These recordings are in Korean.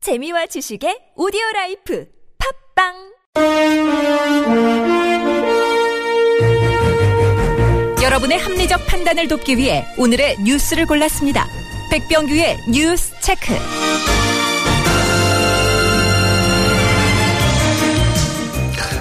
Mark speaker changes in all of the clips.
Speaker 1: 재미와 지식의 오디오 라이프 팝빵 여러분의 합리적 판단을 돕기 위해 오늘의 뉴스를 골랐습니다. 백병규의 뉴스 체크.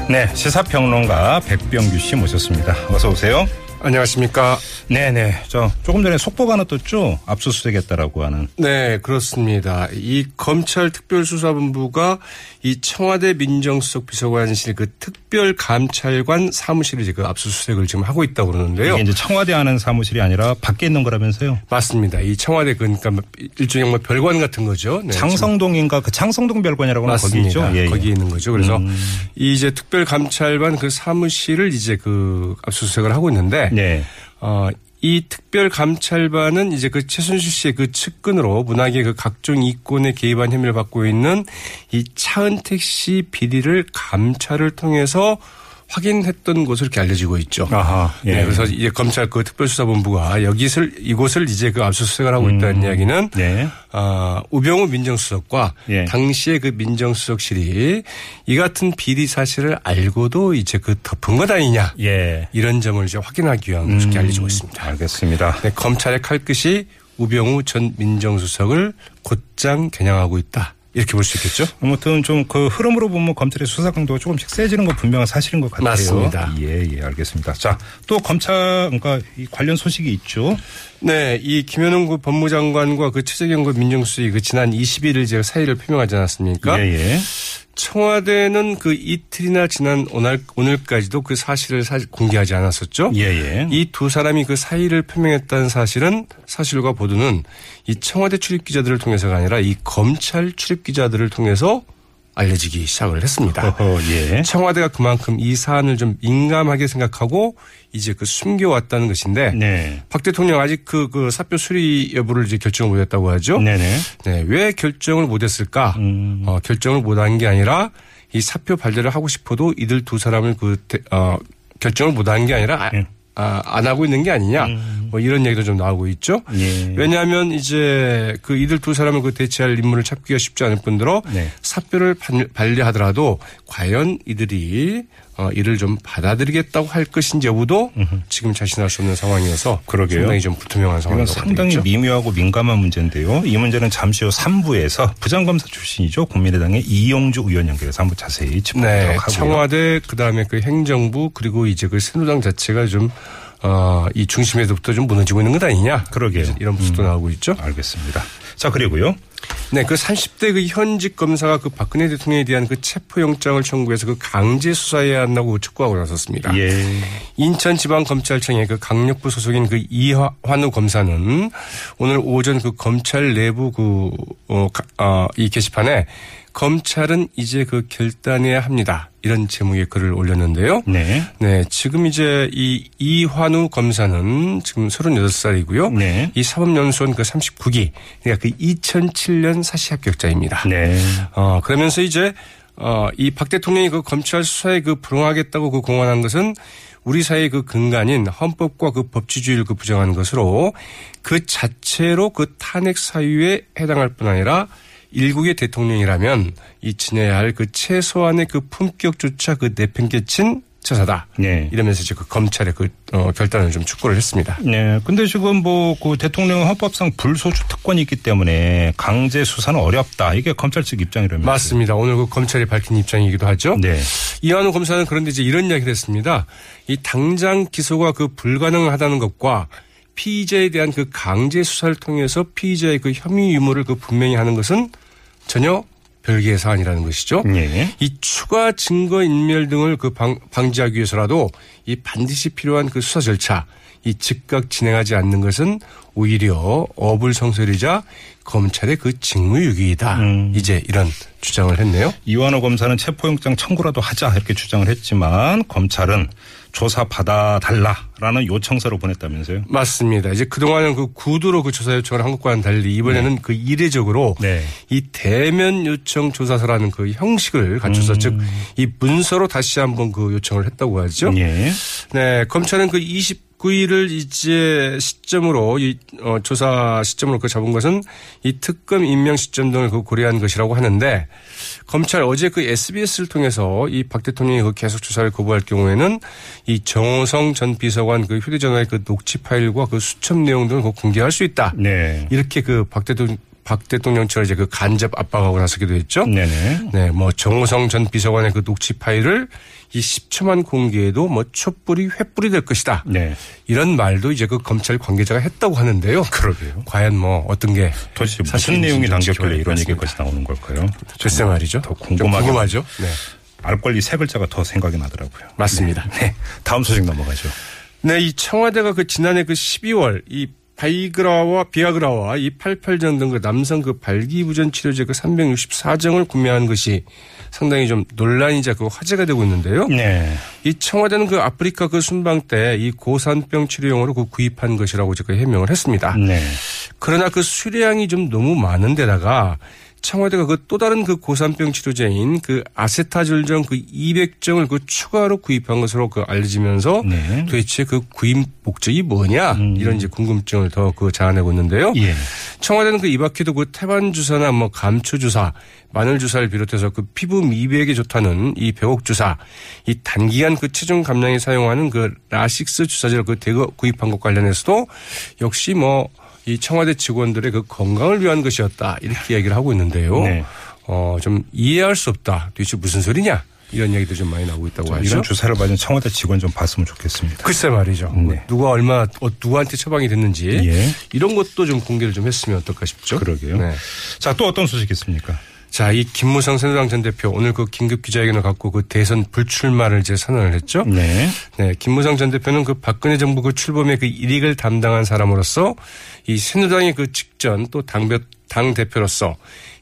Speaker 2: 네, 시사평론가 백병규 씨 모셨습니다. 어서 오세요.
Speaker 3: 안녕하십니까.
Speaker 2: 네네. 저 조금 전에 속보가 하나 떴죠? 압수수색했다라고 하는.
Speaker 3: 네, 그렇습니다. 이 검찰 특별수사본부가 이 청와대 민정수석 비서관실 그 특별 감찰관 사무실을 지금 압수수색을 지금 하고 있다고 그러는데요.
Speaker 2: 이게 이제 청와대 하는 사무실이 아니라 밖에 있는 거라면서요?
Speaker 3: 맞습니다. 이 청와대 그러니까 일종의 뭐 별관 같은 거죠. 네,
Speaker 2: 창성동인가 그 창성동 별관이라고 하는 거기 있죠?
Speaker 3: 맞습니다.
Speaker 2: 예, 음. 예.
Speaker 3: 거기에 있는 거죠. 그래서 이 이제 특별 감찰관 그 사무실을 이제 그 압수수색을 하고 있는데
Speaker 2: 네.
Speaker 3: 어, 이 특별 감찰반은 이제 그 최순실 씨의 그 측근으로 문학의 그 각종 이권에 개입한 혐의를 받고 있는 이 차은택 씨 비리를 감찰을 통해서 확인했던 것으로 이렇게 알려지고 있죠.
Speaker 2: 아하, 예.
Speaker 3: 네, 그래서 이제 검찰 그 특별수사본부가 여기를 이곳을 이제 그 압수수색을 하고 있다는 이야기는
Speaker 2: 네.
Speaker 3: 아, 우병우 민정수석과
Speaker 2: 예.
Speaker 3: 당시에 그 민정수석실이 이 같은 비리 사실을 알고도 이제 그 덮은 것 아니냐.
Speaker 2: 예.
Speaker 3: 이런 점을 이제 확인하기 위한 것으로 이렇게 알려지고 있습니다.
Speaker 2: 알겠습니다.
Speaker 3: 네, 검찰의 칼끝이 우병우 전 민정수석을 곧장 겨냥하고 있다. 이렇게 볼 수 있겠죠?
Speaker 2: 아무튼 좀 그 흐름으로 보면 검찰의 수사 강도가 조금씩 세지는 건 분명한 사실인 것 같아요.
Speaker 3: 맞습니다.
Speaker 2: 예, 예, 알겠습니다. 자, 또 검찰, 그러니까 이 관련 소식이 있죠?
Speaker 3: 네, 이 김현웅 그 법무장관과 그 최재경 그 민정수석이 그 지난 21일 제가 사의를 표명하지 않았습니까?
Speaker 2: 예, 예.
Speaker 3: 청와대는 그 이틀이나 지난 오늘, 오늘까지도 그 사실을 사- 공개하지 않았었죠?
Speaker 2: 예, 예.
Speaker 3: 이 두 사람이 그 사의를 표명했다는 사실은 사실과 보도는 이 청와대 출입 기자들을 통해서가 아니라 이 검찰 출입 기자들을 통해서 알려지기 시작을 했습니다.
Speaker 2: 어허, 예.
Speaker 3: 청와대가 그만큼 이 사안을 좀 민감하게 생각하고 이제 그 숨겨왔다는 것인데
Speaker 2: 네.
Speaker 3: 박 대통령 아직 그, 그 사표 수리 여부를 이제 결정을 못했다고 하죠.
Speaker 2: 네네.
Speaker 3: 네, 왜 결정을 못했을까?
Speaker 2: 음.
Speaker 3: 어, 결정을 못한 게 아니라 이 사표 발제를 하고 싶어도 이들 두 사람을 그 대- 어, 결정을 못한 게 아니라 아,
Speaker 2: 예. 음.
Speaker 3: 아, 안 하고 있는 게 아니냐? 뭐 이런 얘기도 좀 나오고 있죠.
Speaker 2: 예.
Speaker 3: 왜냐하면 이제 그 이들 두 사람을 그 대체할 인물을 찾기가 쉽지 않을 뿐더러
Speaker 2: 네.
Speaker 3: 사표를 반- 반려하더라도 과연 이들이 어, 이를 좀 받아들이겠다고 할 것인지 여부도 지금 자신할 수 없는 상황이어서
Speaker 2: 그러게요.
Speaker 3: 상당히 좀 불투명한
Speaker 2: 이건
Speaker 3: 상황이라고
Speaker 2: 상당히
Speaker 3: 봐야겠죠.
Speaker 2: 미묘하고 민감한 문제인데요. 이 문제는 잠시 후 3부에서 부장검사 출신이죠. 국민의당의 이용주 의원 연결해서 한번 자세히 짚어보도록
Speaker 3: 네,
Speaker 2: 하고요.
Speaker 3: 청와대 그다음에 그 행정부 그리고 이제 그 새누당 자체가 좀 어, 이 중심에서부터 좀 무너지고 있는 것 아니냐.
Speaker 2: 그러게요. 음.
Speaker 3: 이런 분석도 나오고 있죠.
Speaker 2: 알겠습니다. 자 그리고요.
Speaker 3: 네, 그 30대 그 현직 검사가 그 박근혜 대통령에 대한 그 체포영장을 청구해서 그 강제 수사해야 한다고 촉구하고 나섰습니다.
Speaker 2: 예.
Speaker 3: 인천지방검찰청의 그 강력부 소속인 그 이환우 검사는 오늘 오전 그 검찰 내부 그, 어, 가- 어, 이 게시판에 검찰은 이제 그 결단해야 합니다. 이런 제목의 글을 올렸는데요.
Speaker 2: 네.
Speaker 3: 네, 지금 이제 이 이환우 검사는 지금 38살이고요.
Speaker 2: 네.
Speaker 3: 이 사법연수원 그 39기, 그러니까 그 2007년 사시 합격자입니다.
Speaker 2: 네.
Speaker 3: 어, 그러면서 이제 어, 이 박 대통령이 그 검찰 수사에 그 불응하겠다고 그 공언한 것은 우리 사회의 그 근간인 헌법과 그 법치주의를 그 부정한 것으로 그 자체로 그 탄핵 사유에 해당할 뿐 아니라 일국의 대통령이라면 이 지내야 할 그 최소한의 그 품격조차 그 내팽개친 처사다.
Speaker 2: 네.
Speaker 3: 이러면서 이제 그 검찰의 그 어, 결단을 좀 촉구를 했습니다.
Speaker 2: 네. 근데 지금 뭐 그 대통령 헌법상 불소추 특권이 있기 때문에 강제 수사는 어렵다. 이게 검찰 측 입장이라면.
Speaker 3: 맞습니다. 오늘 그 검찰이 밝힌 입장이기도 하죠.
Speaker 2: 네.
Speaker 3: 이완우 검사는 그런데 이제 이런 이야기를 했습니다. 이 당장 기소가 그 불가능하다는 것과 피의자에 대한 그 강제 수사를 통해서 피의자의 그 혐의 유무를 그 분명히 하는 것은 전혀 별개의 사안이라는 것이죠.
Speaker 2: 예.
Speaker 3: 이 추가 증거 인멸 등을 그 방, 방지하기 위해서라도 이 반드시 필요한 그 수사 절차 이 즉각 진행하지 않는 것은 오히려 어불성설이자 검찰의 그 직무유기이다. 이제 이런 주장을 했네요.
Speaker 2: 이완호 검사는 체포영장 청구라도 하자 이렇게 주장을 했지만 검찰은 조사 받아달라라는 요청서를 보냈다면서요.
Speaker 3: 맞습니다. 이제 그동안은 그 구두로 그 조사 요청을 한 것과는 달리 이번에는 그 이례적으로
Speaker 2: 네.
Speaker 3: 이 대면 요청 조사서라는 그 형식을
Speaker 2: 음.
Speaker 3: 갖춰서 즉 이 문서로 다시 한번 그 요청을 했다고 하죠.
Speaker 2: 예.
Speaker 3: 네, 검찰은 그 29 그 일을 이제 시점으로 이 어, 조사 시점으로 그 잡은 것은 이 특검 임명 시점 등을 그 고려한 것이라고 하는데 검찰 어제 그 SBS를 통해서 이 박 대통령이 그 계속 조사를 거부할 경우에는 이 정호성 전 비서관 그 휴대전화의 그 녹취 파일과 그 수첩 내용 등을 그 공개할 수 있다.
Speaker 2: 네.
Speaker 3: 이렇게 그박 대통령 박 대통령 측을 이제 그 간접 압박하고 나서기도 했죠.
Speaker 2: 네네.
Speaker 3: 네, 뭐 정호성 전 비서관의 그 녹취 파일을 이 10초만 공개해도 뭐 촛불이 횃불이 될 것이다.
Speaker 2: 네.
Speaker 3: 이런 말도 이제 그 검찰 관계자가 했다고 하는데요.
Speaker 2: 그러게요.
Speaker 3: 과연 뭐 어떤 게
Speaker 2: 도대체 무슨
Speaker 3: 사실인지
Speaker 2: 내용이
Speaker 3: 좀
Speaker 2: 담겼길래
Speaker 3: 지켜봐야 될
Speaker 2: 이런
Speaker 3: 것
Speaker 2: 얘기까지 나오는 걸까요?
Speaker 3: 글쎄 말이죠.
Speaker 2: 더
Speaker 3: 좀
Speaker 2: 궁금하긴
Speaker 3: 궁금하죠. 네,
Speaker 2: 알 권리 세 글자가 더 생각이 나더라고요.
Speaker 3: 맞습니다.
Speaker 2: 네. 다음 소식 넘어가죠.
Speaker 3: 네, 이 청와대가 그 지난해 그 12월 이 바이그라와 비아그라와 이 팔팔전 등 그 남성 그 발기부전 치료제 그 364정을 구매한 것이 상당히 좀 논란이자 그 화제가 되고 있는데요.
Speaker 2: 네.
Speaker 3: 이 청와대는 그 아프리카 그 순방 때 이 고산병 치료용으로 그 구입한 것이라고 제가 해명을 했습니다.
Speaker 2: 네.
Speaker 3: 그러나 그 수량이 좀 너무 많은데다가 청와대가 그 또 다른 그 고산병 치료제인 그 아세타졸정 그 200정을 그 추가로 구입한 것으로 그 알려지면서
Speaker 2: 네. 음.
Speaker 3: 도대체 그 구입 목적이 뭐냐 이런 이제 궁금증을 더 그 자아내고 있는데요.
Speaker 2: 예.
Speaker 3: 청와대는 그 이바퀴도 그 태반 주사나 뭐 감초 주사, 마늘 주사를 비롯해서 그 피부 미백에 좋다는 이 배옥 주사, 이 단기간 그 체중 감량에 사용하는 그 라식스 주사제를 그 대거 구입한 것 관련해서도 역시 뭐 이 청와대 직원들의 그 건강을 위한 것이었다 이렇게 이야기를 하고 있는데요.
Speaker 2: 네.
Speaker 3: 어 좀 이해할 수 없다. 도대체 무슨 소리냐 이런 이야기도 좀 많이 나오고 있다고 하죠.
Speaker 2: 이런 주사를 받은 청와대 직원 좀 봤으면 좋겠습니다.
Speaker 3: 글쎄 말이죠.
Speaker 2: 네.
Speaker 3: 누가 얼마 어, 누구한테 처방이 됐는지
Speaker 2: 예.
Speaker 3: 이런 것도 좀 공개를 좀 했으면 어떨까 싶죠.
Speaker 2: 그러게요.
Speaker 3: 네.
Speaker 2: 자, 또 어떤 소식이 있습니까?
Speaker 3: 자, 이 김무성 새누리당 전 대표 오늘 그 긴급 기자회견을 갖고 그 대선 불출마를 이제 선언을 했죠.
Speaker 2: 네.
Speaker 3: 네, 김무성 전 대표는 그 박근혜 정부 그 출범의 그 일익을 담당한 사람으로서 이 새누리당의 그 직전 또 당배 당 대표로서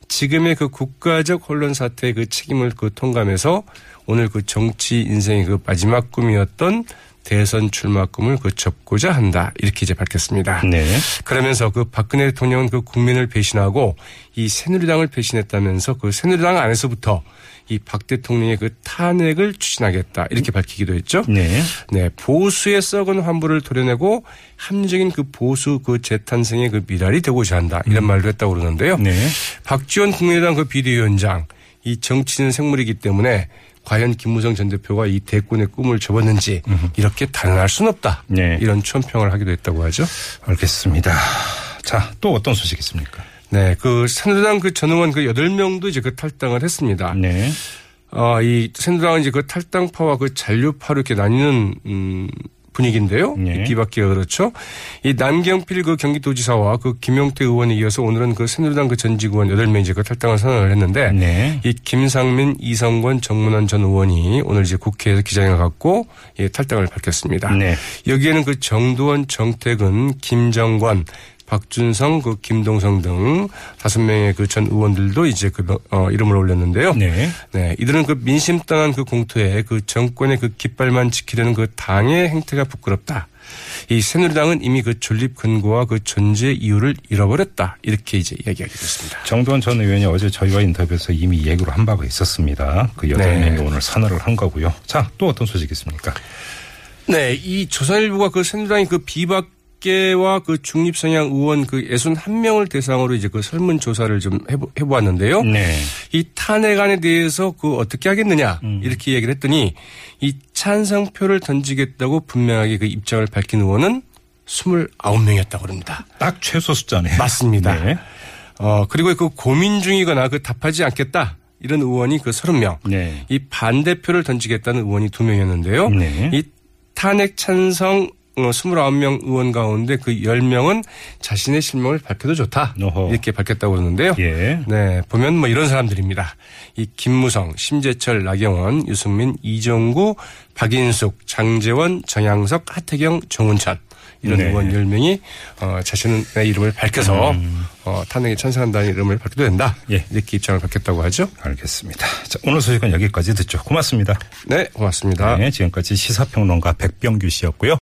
Speaker 3: 지금의 그 국가적 혼란 사태의 그 책임을 그 통감해서 오늘 그 정치 인생의 그 마지막 꿈이었던 대선 출마 꿈을 그 접고자 한다 이렇게 이제 밝혔습니다.
Speaker 2: 네.
Speaker 3: 그러면서 그 박근혜 대통령은 그 국민을 배신하고 이 새누리당을 배신했다면서 그 새누리당 안에서부터 이 박 대통령의 그 탄핵을 추진하겠다 이렇게 밝히기도 했죠.
Speaker 2: 네.
Speaker 3: 네, 보수의 썩은 환부를 도려내고 합리적인 그 보수 그 재탄생의 그 미랄이 되고자 한다 이런 말도 했다고 그러는데요.
Speaker 2: 음. 네.
Speaker 3: 박지원 국민의당 그 비대위원장 이 정치는 생물이기 때문에 과연 김무성 전 대표가 이 대권의 꿈을 접었는지 이렇게 단언할 수는 없다
Speaker 2: 네.
Speaker 3: 이런 총평을 하기도 했다고 하죠.
Speaker 2: 알겠습니다. 자, 또 어떤 소식이 있습니까?
Speaker 3: 네, 그 새누리당 그 전의원 그 여덟 명도 이제 그 탈당을 했습니다.
Speaker 2: 네.
Speaker 3: 아, 이 새누리당은 이제 그 탈당파와 그 잔류파로 이렇게 나뉘는 음 분위기인데요.
Speaker 2: 네.
Speaker 3: 이 비박계가 그렇죠. 이 남경필 그 경기도지사와 그 김용태 의원에 이어서 오늘은 그 새누리당 그 전직 의원 여덟 명이 이제 그 탈당을 선언을 했는데
Speaker 2: 네.
Speaker 3: 이 김상민, 이성권, 정문환 전 의원이 오늘 이제 국회에서 기자회견을 갖고 예, 탈당을 밝혔습니다.
Speaker 2: 네.
Speaker 3: 여기에는 그 정두원, 정태근, 김정관, 박준성, 그 김동성 등 다섯 명의 그 전 의원들도 이제 그 명- 어, 이름을 올렸는데요.
Speaker 2: 네.
Speaker 3: 네, 이들은 그 민심 떠난 그 공토에 그 정권의 그 깃발만 지키려는 그 당의 행태가 부끄럽다. 이 새누리당은 이미 그 존립 근거와 그 존재 이유를 잃어버렸다. 이렇게 이제 이야기하게 됐습니다.
Speaker 2: 정두환 전 의원이 어제 저희와 인터뷰에서 이미 얘기로 한 바가 있었습니다. 그 여덟
Speaker 3: 네.
Speaker 2: 명이 오늘 선언을 한 거고요. 자, 또 어떤 소식이 있습니까?
Speaker 3: 네, 이 조선일보가 그 새누리당이 그 비박계와 그 중립성향 의원 그 예순 한 명을 대상으로 이제 그 설문 조사를 좀 해보, 해보았는데요.
Speaker 2: 네.
Speaker 3: 이 탄핵안에 대해서 그 어떻게 하겠느냐 이렇게 얘기를 했더니 이 찬성표를 던지겠다고 분명하게 그 입장을 밝힌 의원은 29명이었다고 합니다.
Speaker 2: 딱 최소 숫자네요.
Speaker 3: 맞습니다.
Speaker 2: 네.
Speaker 3: 어, 그리고 그 고민 중이거나 그 답하지 않겠다 이런 의원이 그 30명.
Speaker 2: 네.
Speaker 3: 이 반대표를 던지겠다는 의원이 두 명이었는데요.
Speaker 2: 네.
Speaker 3: 이 탄핵 찬성 어, 29명 의원 가운데 그 10명은 자신의 실명을 밝혀도 좋다.
Speaker 2: 어허.
Speaker 3: 이렇게 밝혔다고 그러는데요.
Speaker 2: 예.
Speaker 3: 네, 보면 뭐 이런 사람들입니다. 이 김무성, 심재철, 나경원, 유승민, 이정구, 박인숙, 장재원, 정양석, 하태경, 정운찬 이런
Speaker 2: 네.
Speaker 3: 의원 10명이 어, 자신의 이름을 밝혀서 어, 탄핵에 찬성한다는 이름을 밝혀도 된다.
Speaker 2: 예.
Speaker 3: 이렇게 입장을 밝혔다고 하죠.
Speaker 2: 알겠습니다. 자, 오늘 소식은 여기까지 듣죠. 고맙습니다.
Speaker 3: 네, 고맙습니다.
Speaker 2: 네, 지금까지 시사평론가 백병규 씨였고요.